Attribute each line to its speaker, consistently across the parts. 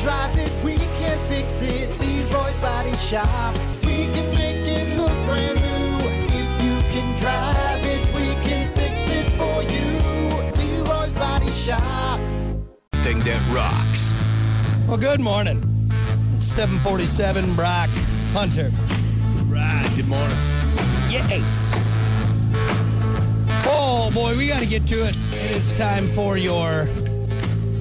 Speaker 1: drive it, we can fix it. Leroy's Body Shop. We can make it look brand new. If you can drive it, we can fix it for you. Leroy's Body Shop.
Speaker 2: Thing that rocks.
Speaker 3: Well, good morning. It's 747 Brock Hunter.
Speaker 2: Right. Good morning.
Speaker 3: Yates. Oh boy, we got to get to it. It is time for your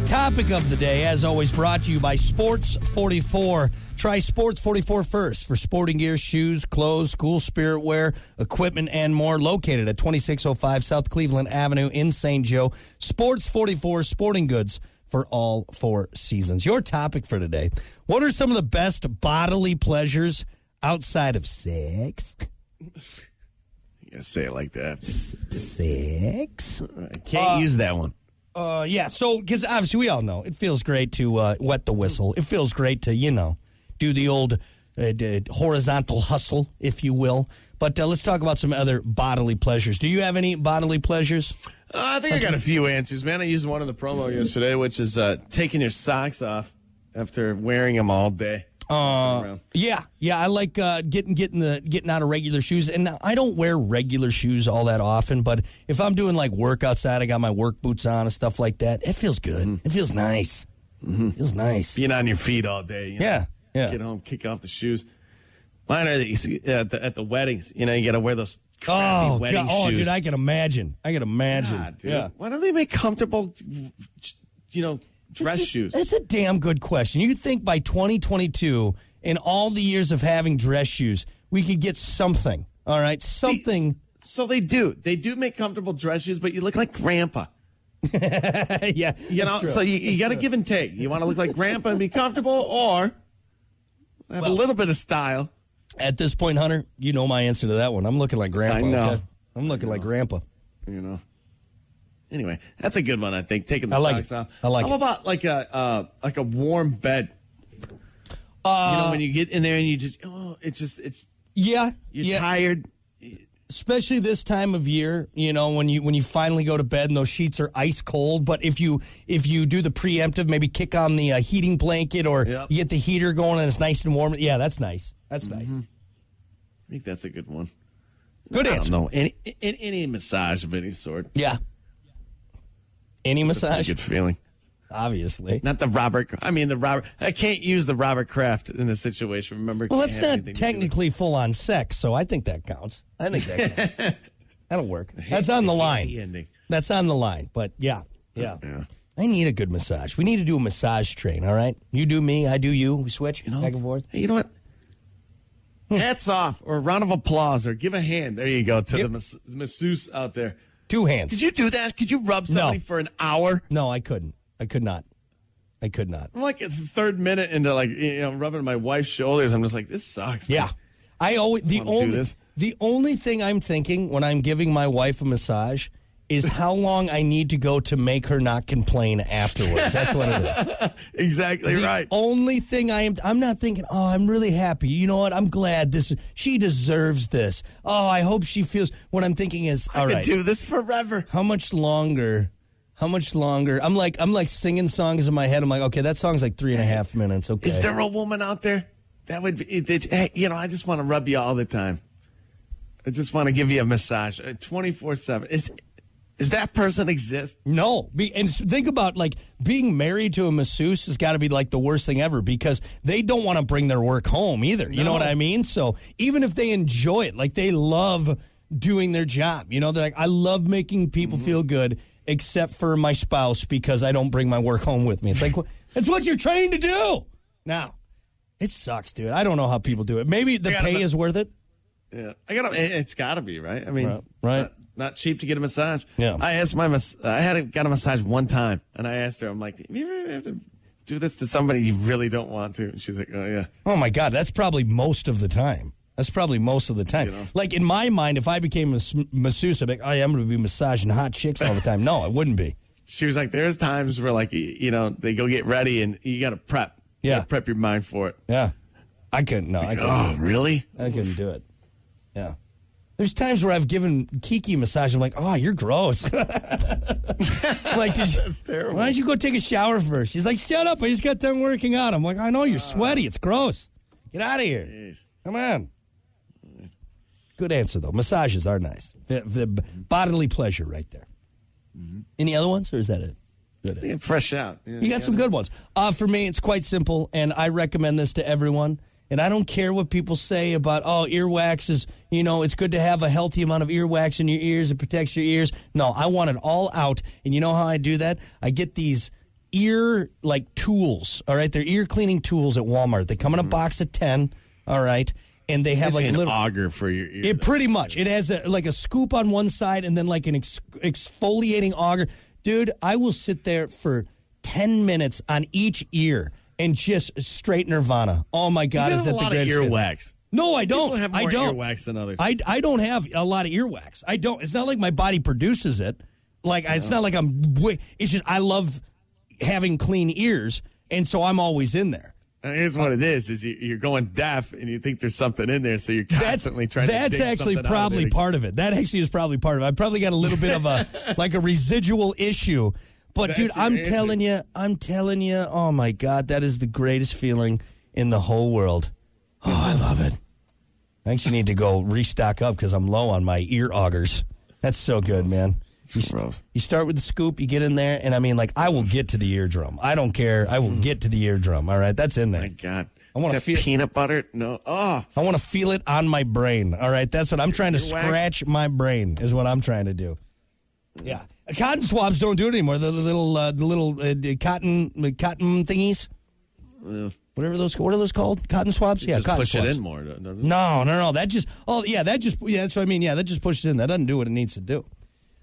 Speaker 3: topic of the day, as always, brought to you by Sports 44. Try Sports 44 first for sporting gear, shoes, clothes, school spirit wear, equipment, and more. Located at 2605 South Cleveland Avenue in St. Joe. Sports 44 sporting goods for all four seasons. Your topic for today What are some of the best bodily pleasures outside of sex?
Speaker 2: You gotta say it like that.
Speaker 3: Sex?
Speaker 2: I can't use that one.
Speaker 3: Uh, yeah. So, because obviously we all know it feels great to uh, wet the whistle. It feels great to you know do the old uh, d- horizontal hustle, if you will. But uh, let's talk about some other bodily pleasures. Do you have any bodily pleasures?
Speaker 2: Uh, I think I got a few answers, man. I used one in the promo yesterday, which is uh, taking your socks off after wearing them all day.
Speaker 3: Uh, yeah, yeah. I like uh, getting getting the getting out of regular shoes, and now I don't wear regular shoes all that often. But if I'm doing like work outside, I got my work boots on and stuff like that. It feels good. It feels nice. Feels nice.
Speaker 2: Being on your feet all day. you know.
Speaker 3: Yeah, yeah.
Speaker 2: Get home, kick off the shoes. Mine are these, uh, at the, at the weddings. You know, you got to wear those crappy
Speaker 3: Oh,
Speaker 2: wedding
Speaker 3: God. oh,
Speaker 2: shoes.
Speaker 3: dude, I can imagine. I can imagine.
Speaker 2: God, dude.
Speaker 3: Yeah.
Speaker 2: Why don't they make comfortable, you know, dress
Speaker 3: That's a-
Speaker 2: shoes?
Speaker 3: That's a damn good question. You think by 2022, in all the years of having dress shoes, we could get something. All right, something.
Speaker 2: So they do. They do make comfortable dress shoes, but you look like grandpa.
Speaker 3: yeah,
Speaker 2: You know, so you, you got to give and take. You want to look like grandpa and be comfortable, or have a little bit of style.
Speaker 3: at this point, Hunter, you know my answer to that one. I'm looking like grandpa.
Speaker 2: I know.
Speaker 3: Okay? I'm looking like grandpa.
Speaker 2: You know. Anyway, that's a good one. I think taking the
Speaker 3: I like
Speaker 2: socks
Speaker 3: it.
Speaker 2: off.
Speaker 3: I like
Speaker 2: How
Speaker 3: it.
Speaker 2: about like a uh, like a warm bed?
Speaker 3: Uh,
Speaker 2: you know, when you get in there and you just oh, it's just it's
Speaker 3: Yeah,
Speaker 2: you're
Speaker 3: yeah.
Speaker 2: tired.
Speaker 3: especially this time of year you know when you when you finally go to bed and those sheets are ice cold but if you if you do the preemptive maybe kick on the uh, heating blanket or
Speaker 2: Yep. Mm-hmm.
Speaker 3: you get the heater going and it's nice and warm yeah that's nice that's nice
Speaker 2: I think that's a good one.
Speaker 3: good
Speaker 2: I don't
Speaker 3: answer
Speaker 2: know any any, any massage of any sort.
Speaker 3: yeah any
Speaker 2: That's
Speaker 3: massage
Speaker 2: a good feeling.
Speaker 3: obviously
Speaker 2: Not the Robert. I mean the Robert. I can't use the Robert Kraft in this situation. Remember?
Speaker 3: well
Speaker 2: can't
Speaker 3: that's
Speaker 2: have
Speaker 3: not
Speaker 2: anything to do with-
Speaker 3: technically full on sex so i think that counts i think that counts. that'll work that's on the
Speaker 2: The
Speaker 3: line
Speaker 2: ending.
Speaker 3: that's on the line but yeah yeah
Speaker 2: Yeah.
Speaker 3: I need a good massage. We need to do a massage train, all right? You do me, I do you. We switch
Speaker 2: You know,
Speaker 3: back and forth.
Speaker 2: Hey, you know what? Hats off, or a round of applause, or give a hand. There you go to the
Speaker 3: Give-
Speaker 2: mas- masseuse out there.
Speaker 3: Two hands.
Speaker 2: Did you do that? Could you rub somebody for an hour?
Speaker 3: No, I couldn't. I could not. I could not.
Speaker 2: I'm like at the third minute into like you know rubbing my wife's shoulders. I'm just like this sucks. man.
Speaker 3: Yeah. I always the
Speaker 2: Wanna do
Speaker 3: only
Speaker 2: this?
Speaker 3: the only thing I'm thinking when I'm giving my wife a massage is how long I need to go to make her not complain afterwards. That's what it is.
Speaker 2: exactly
Speaker 3: The
Speaker 2: right.
Speaker 3: only thing I am I'm not thinking, "Oh, I'm really happy. You know what? I'm glad this she deserves this. Oh, I hope she feels." What I'm thinking is, "All
Speaker 2: I
Speaker 3: right.
Speaker 2: could do this forever.
Speaker 3: how much longer how much longer i'm like i'm like singing songs in my head i'm like okay that song's like three and a half minutes okay
Speaker 2: Is there a woman out there that would be? It, it- hey, you know, I just want to rub you all the time. I just want to give you a massage, twenty four seven. Is is that person exist?
Speaker 3: no be, and s- think about like being married to a masseuse has got to be like the worst thing ever because they don't want to bring their work home either you know what
Speaker 2: No.
Speaker 3: i mean so even if they enjoy it like they love doing their job you know they're like i love making people
Speaker 2: Mm-hmm.
Speaker 3: feel good except for my spouse because i don't bring my work home with me it's like wh- that's what you're trained to do now it sucks dude i don't know how people do it maybe the
Speaker 2: gotta ma-
Speaker 3: pay is worth it
Speaker 2: Yeah, I got. It's got to be right. I mean,
Speaker 3: Right, right.
Speaker 2: Not, not cheap to get a massage.
Speaker 3: Yeah.
Speaker 2: I asked my. Mas- I had a, got a massage one time, and I asked her. I'm like, "Have you ever have to do this to somebody you really don't want to?" And she's like, "Oh yeah."
Speaker 3: Oh my God, that's probably most of the time. That's probably most of the time. Like in my mind, if I became a s- masseuse, I'd be like, oh, yeah, I'm going to be massaging hot chicks all the time. No, I wouldn't be.
Speaker 2: She was like, "There's times where like y- you know they go get ready, and you got to prep. You
Speaker 3: Yeah.
Speaker 2: gotta prep your mind for it."
Speaker 3: Yeah, I couldn't. No, I couldn't.
Speaker 2: Oh really?
Speaker 3: I couldn't do it. Yeah, There's times where I've given Kiki a massage. I'm like, oh, you're gross. I'm like, did you,
Speaker 2: That's terrible.
Speaker 3: why don't you go take a shower first? She's like, shut up. I just got done working out. I'm like, I know you're sweaty. It's gross. Get out of here.
Speaker 2: Ah. Jeez.
Speaker 3: Come on. Good answer, though. Massages are nice. The, the b- bodily pleasure right there. Any other ones, or is that it? That it?
Speaker 2: Mm-hmm. Yeah, fresh out. Yeah,
Speaker 3: You got some good ones. Uh, for me, it's quite simple, and I recommend this to everyone. And I don't care what people say about, oh, earwax is, you know, it's good to have a healthy amount of earwax in your ears. It protects your ears. No, I want it all out. And you know how I do that? I get these ear, like, tools, all right? They're ear cleaning tools at Walmart. They come in a box of 10, all right? And they have,
Speaker 2: It's
Speaker 3: like,
Speaker 2: an
Speaker 3: little.
Speaker 2: auger for your ear.
Speaker 3: It pretty much. It has a, like a scoop on one side and then like an ex- exfoliating auger. Dude, I will sit there for 10 minutes on each ear and just straight nirvana. Oh my God,
Speaker 2: you
Speaker 3: is that
Speaker 2: have a lot
Speaker 3: the
Speaker 2: of
Speaker 3: greatest? feeling.
Speaker 2: earwax.
Speaker 3: No, I don't.
Speaker 2: People have
Speaker 3: I
Speaker 2: more
Speaker 3: don't.
Speaker 2: earwax than others.
Speaker 3: I, I don't have a lot of earwax. I don't. It's not like my body produces it. Like I- it's not like I'm. wi- It's just I love having clean ears, and so I'm always in there.
Speaker 2: Now, Here's what it is: is you, you're going deaf and you think there's something in there, so you're
Speaker 3: that's
Speaker 2: constantly trying.
Speaker 3: that's
Speaker 2: to dig
Speaker 3: actually
Speaker 2: something out of
Speaker 3: probably
Speaker 2: there.
Speaker 3: part of it. That actually is probably part of it. I probably got a little bit of a like a residual issue. But
Speaker 2: That's
Speaker 3: dude,
Speaker 2: your
Speaker 3: I'm
Speaker 2: answer.
Speaker 3: telling you, I'm telling you, oh my god, that is the greatest feeling in the whole world. Oh, I love it. I actually need to go restock up because I'm low on my ear augers. That's so good, man. You, st-
Speaker 2: gross.
Speaker 3: you start with the scoop, you get in there, and I mean, like, I will get to the eardrum. I don't care. I will get to the eardrum. All right, that's in there.
Speaker 2: Mm. Oh My God,
Speaker 3: I wanna
Speaker 2: Is that
Speaker 3: feel-
Speaker 2: peanut butter. No, oh,
Speaker 3: I want to feel it on my brain. All right, that's what I'm trying to
Speaker 2: Earwax?
Speaker 3: scratch my brain is what I'm trying to do. Yeah, Uh, cotton swabs don't do it anymore. The, the little, uh, the little uh, the cotton, the cotton thingies. Whatever those, what are those called? Cotton swabs? yeah,
Speaker 2: just
Speaker 3: cotton
Speaker 2: push
Speaker 3: swabs.
Speaker 2: it in more. doesn't it?
Speaker 3: No, no, no. That just oh yeah, that just yeah, that's what I mean. Yeah, that just pushes in. That doesn't do what it needs to do.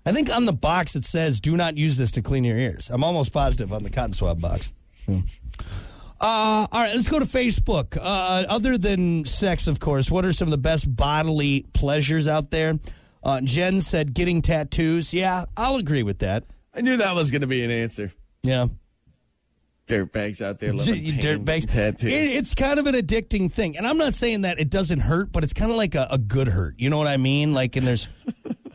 Speaker 3: I think on the box it says do not use this to clean your ears. I'm almost positive on the cotton swab box. Hmm. Uh, all right, let's go to Facebook. Uh, other than sex, of course, what are some of the best bodily pleasures out there? Uh, Jen said getting tattoos. Yeah, I'll agree with that.
Speaker 2: I knew that was going to be an answer.
Speaker 3: Yeah.
Speaker 2: Dirtbags out there, loving
Speaker 3: You
Speaker 2: pain,
Speaker 3: dirtbags. It,
Speaker 2: tattoos.
Speaker 3: it's kind of an addicting thing, and I'm not saying that it doesn't hurt, but it's kind of like a, a good hurt. You know what I mean? Like, and there's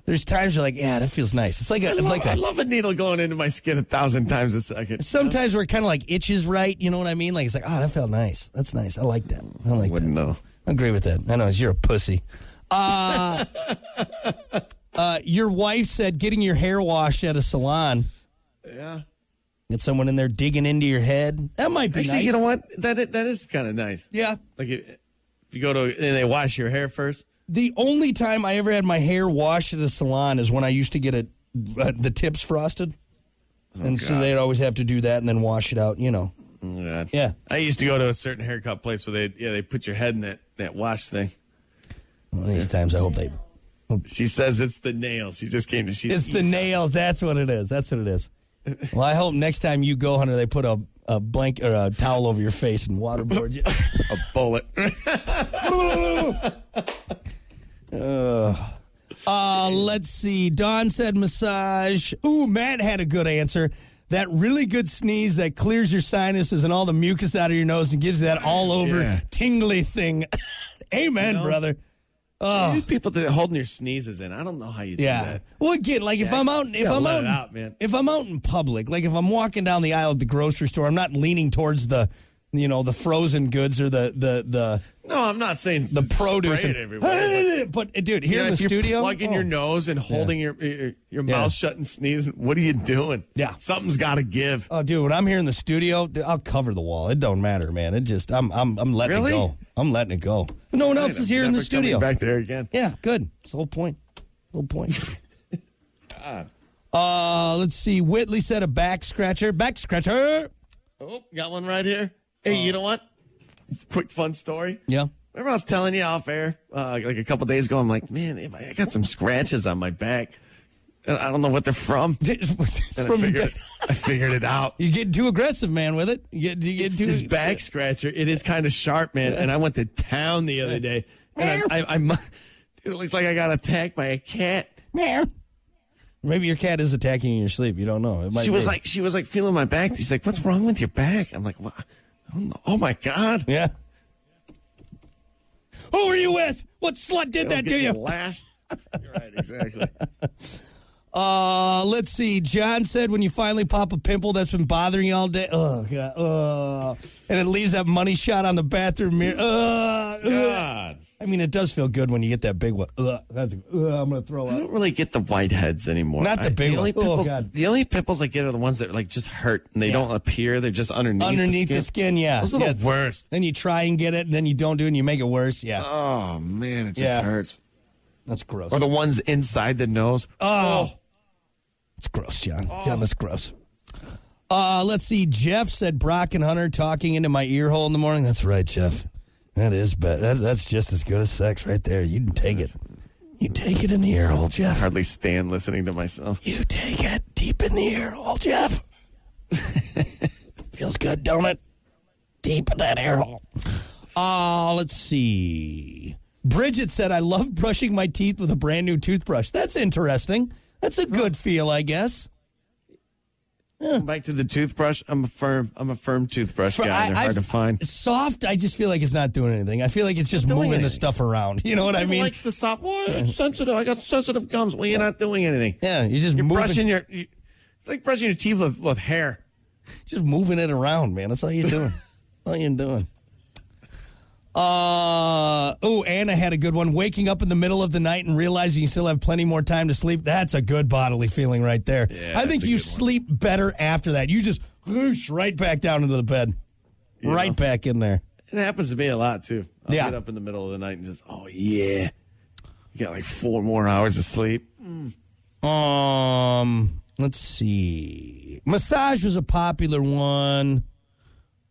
Speaker 3: there's times you're like, yeah, that feels nice. It's like a
Speaker 2: I, love,
Speaker 3: like
Speaker 2: I
Speaker 3: a
Speaker 2: love a needle going into my skin a thousand times a second.
Speaker 3: sometimes where it kind of like itches right. You know what I mean? Like it's like, oh, that felt nice. That's nice. I like that. I like
Speaker 2: Wouldn't
Speaker 3: that.
Speaker 2: know.
Speaker 3: I agree with that. I know you're a pussy. Uh, uh, your wife said getting your hair washed at a salon.
Speaker 2: Yeah.
Speaker 3: Get someone in there digging into your head. That might be
Speaker 2: Actually,
Speaker 3: nice.
Speaker 2: you know what? That i- that is kind of nice.
Speaker 3: yeah.
Speaker 2: Like if, if you go to and they wash your hair first.
Speaker 3: The only time I ever had my hair washed at a salon is when I used to get it, uh, the tips frosted. and so
Speaker 2: God.
Speaker 3: they'd always have to do that and then wash it out, you know.
Speaker 2: Oh, God.
Speaker 3: Mm, Yeah.
Speaker 2: I used to go to a certain haircut place where they yeah they put your head in that that wash thing.
Speaker 3: One of these times I hope they.
Speaker 2: She says it's the nails. She just came to. She's
Speaker 3: It's the nails. That's what it is. That's what it is. Well, I hope next time you go, Hunter, they put a, a blanket or a towel over your face and waterboard you.
Speaker 2: a bullet.
Speaker 3: Uh, let's see. Don said massage. Ooh, Matt had a good answer. That really good sneeze that clears your sinuses and all the mucus out of your nose and gives you that all over
Speaker 2: Yeah.
Speaker 3: tingly thing. Amen, brother.
Speaker 2: These people that are holding your sneezes in. I don't know how you do
Speaker 3: Oh. Yeah.
Speaker 2: that.
Speaker 3: Well, again, like if I'm out, if
Speaker 2: gotta
Speaker 3: I'm
Speaker 2: let
Speaker 3: out,
Speaker 2: it out, man.
Speaker 3: if I'm out in public, like if I'm walking down the aisle at the grocery store, I'm not leaning towards the, you know, the frozen goods or the the the
Speaker 2: No, I'm not saying
Speaker 3: the produce.
Speaker 2: Spray it
Speaker 3: and-
Speaker 2: everywhere. but-
Speaker 3: but, dude, here
Speaker 2: Yeah,
Speaker 3: in the
Speaker 2: if you're
Speaker 3: studio,
Speaker 2: plugging
Speaker 3: oh.
Speaker 2: your nose and holding your your, your
Speaker 3: Yeah.
Speaker 2: mouth shut and sneezing. What are you doing?
Speaker 3: Yeah.
Speaker 2: something's got to give.
Speaker 3: Oh, dude, when I'm here in the studio, dude, I'll cover the wall. It don't matter, man. It just I'm I'm I'm letting
Speaker 2: Really?
Speaker 3: it go. I'm letting it go. No one else is here in the
Speaker 2: Never coming
Speaker 3: studio.
Speaker 2: Back there again.
Speaker 3: Yeah, good. It's the whole point. Whole point. Uh, let's see. Whitley said a back scratcher. Back scratcher.
Speaker 2: Oh, got one right here. Hey, you know what? Uh, Quick fun story.
Speaker 3: Yeah.
Speaker 2: Remember I was telling you off air, uh, like a couple days ago. I'm like, man, if I I got some scratches on my back. And I don't know what they're from. And I,
Speaker 3: From your
Speaker 2: figured,
Speaker 3: back-
Speaker 2: I figured it out.
Speaker 3: you get too aggressive, man, with it. You get, you get
Speaker 2: It's
Speaker 3: too
Speaker 2: this back scratcher. It is kind of sharp, man. And I went to town the other day. And I, I, I, mu- dude, it looks like I got attacked by a cat.
Speaker 3: Meow. Maybe your cat is attacking you in your sleep. You don't know. It might
Speaker 2: She was
Speaker 3: be.
Speaker 2: like, she was like feeling my back. She's like, "What's wrong with your back?" I'm like, "What? I don't know. Oh my god!"
Speaker 3: yeah. Who were you with? What slut did that to you?
Speaker 2: Lash. right, exactly.
Speaker 3: Uh, let's see. John said when you finally pop a pimple that's been bothering you all day. Oh god. Uh, and it leaves that money shot on the bathroom mirror. Ugh, ugh.
Speaker 2: God.
Speaker 3: I mean, it does feel good when you get that big one. Ugh, that's, ugh, I'm gonna throw
Speaker 2: I
Speaker 3: up.
Speaker 2: don't really get the whiteheads anymore.
Speaker 3: Not the
Speaker 2: I-
Speaker 3: big
Speaker 2: only
Speaker 3: one. Oh,
Speaker 2: pimples-
Speaker 3: God.
Speaker 2: The only pimples I get are the ones that like just hurt and they
Speaker 3: Yeah.
Speaker 2: don't appear. They're just underneath.
Speaker 3: Underneath the skin, yeah.
Speaker 2: Those are
Speaker 3: yeah.
Speaker 2: the worst.
Speaker 3: Then you try and get it, and then you don't do it, and you make it worse. Yeah,
Speaker 2: Oh man, it just
Speaker 3: Yeah.
Speaker 2: hurts.
Speaker 3: that's gross.
Speaker 2: Or the ones inside the nose.
Speaker 3: Oh. It's gross, John. John, that's gross. Uh, let's see. Jeff said Brock and Hunter talking into my ear hole in the morning. That's right, Jeff. That is bad. That, that's just as good as sex right there. You can take it. You take it in the ear hole, Jeff.
Speaker 2: hardly stand listening to myself.
Speaker 3: You take it deep in the ear hole, Jeff. Feels good, don't it? Deep in that ear hole. Uh, let's see. Bridget said, I love brushing my teeth with a brand new toothbrush. That's interesting. That's a good feel, I guess.
Speaker 2: Back to the toothbrush. I'm a firm. I'm a firm toothbrush
Speaker 3: For-
Speaker 2: guy. They're hard to
Speaker 3: I've-
Speaker 2: find.
Speaker 3: Soft, I just feel like it's not doing anything. I feel like it's just
Speaker 2: doing
Speaker 3: moving the
Speaker 2: anything.
Speaker 3: stuff around. You know what I
Speaker 2: Everyone
Speaker 3: mean?
Speaker 2: likes the soft. Well, it's sensitive. I got sensitive gums. Well, you're not doing anything.
Speaker 3: yeah, you're just
Speaker 2: You're
Speaker 3: moving,
Speaker 2: brushing your. You, it's like brushing your teeth with, with hair.
Speaker 3: just moving it around, man. That's all you're doing. That's all you're doing. Uh oh, Anna had a good one. Waking up in the middle of the night and realizing you still have plenty more time to sleep. That's a good bodily feeling right there. I think
Speaker 2: that's a
Speaker 3: you
Speaker 2: good one.
Speaker 3: sleep better after that. You just whoosh right back down into the bed. Right back in there.
Speaker 2: It happens to me a lot too. I'll
Speaker 3: Yeah.
Speaker 2: get up in the middle of the night and just, oh yeah, you got like four more hours of sleep.
Speaker 3: Um, let's see. Massage was a popular one.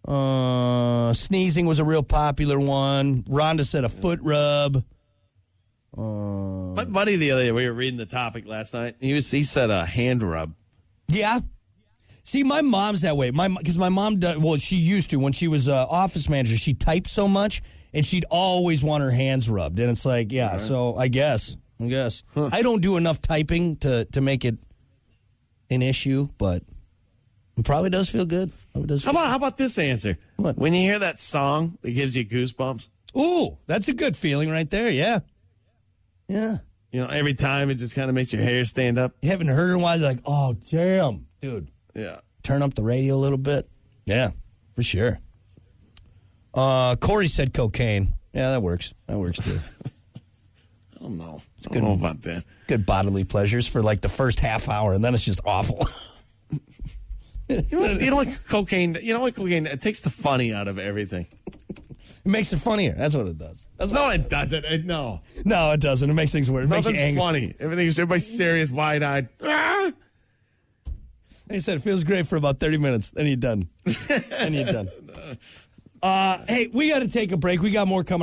Speaker 3: Uh, sneezing was a real popular one. Rhonda said a foot rub.
Speaker 2: My buddy the other day, we were reading the topic last night. and He was he said a hand rub.
Speaker 3: Yeah. See, my mom's that way. My because my mom does. Well, she used to when she was uh, office manager. She typed so much, and she'd always want her hands rubbed. And it's like, yeah. So I guess, I guess I don't do enough typing to to make it an issue, but it probably does feel good. Probably does.
Speaker 2: How
Speaker 3: feel-
Speaker 2: about how about this answer?
Speaker 3: What?
Speaker 2: When you hear that song that gives you goosebumps,
Speaker 3: Ooh, that's a good feeling right there. Yeah. Yeah.
Speaker 2: you know, every time it just kind of makes your hair stand up.
Speaker 3: You haven't heard it in a while. You're like, oh, damn, dude.
Speaker 2: Yeah.
Speaker 3: Turn up the radio a little bit. Yeah, for sure. Uh, Corey said cocaine. Yeah, that works. That works too.
Speaker 2: I don't know. I don't know about that.
Speaker 3: good bodily pleasures for like the first half hour, and then it's just awful.
Speaker 2: You know, you know like cocaine. You know like cocaine. It takes the funny out of everything.
Speaker 3: it makes it funnier. That's what it does. That's
Speaker 2: No, it doesn't. It, no,
Speaker 3: no, it doesn't. It makes things weird. It makes you
Speaker 2: nothing's
Speaker 3: angry.
Speaker 2: funny. Everything's everybody's serious, wide eyed. Ah!
Speaker 3: He said it feels great for about 30 minutes. Then you're done. then you're done. Uh, hey, we got to take a break. We got more coming.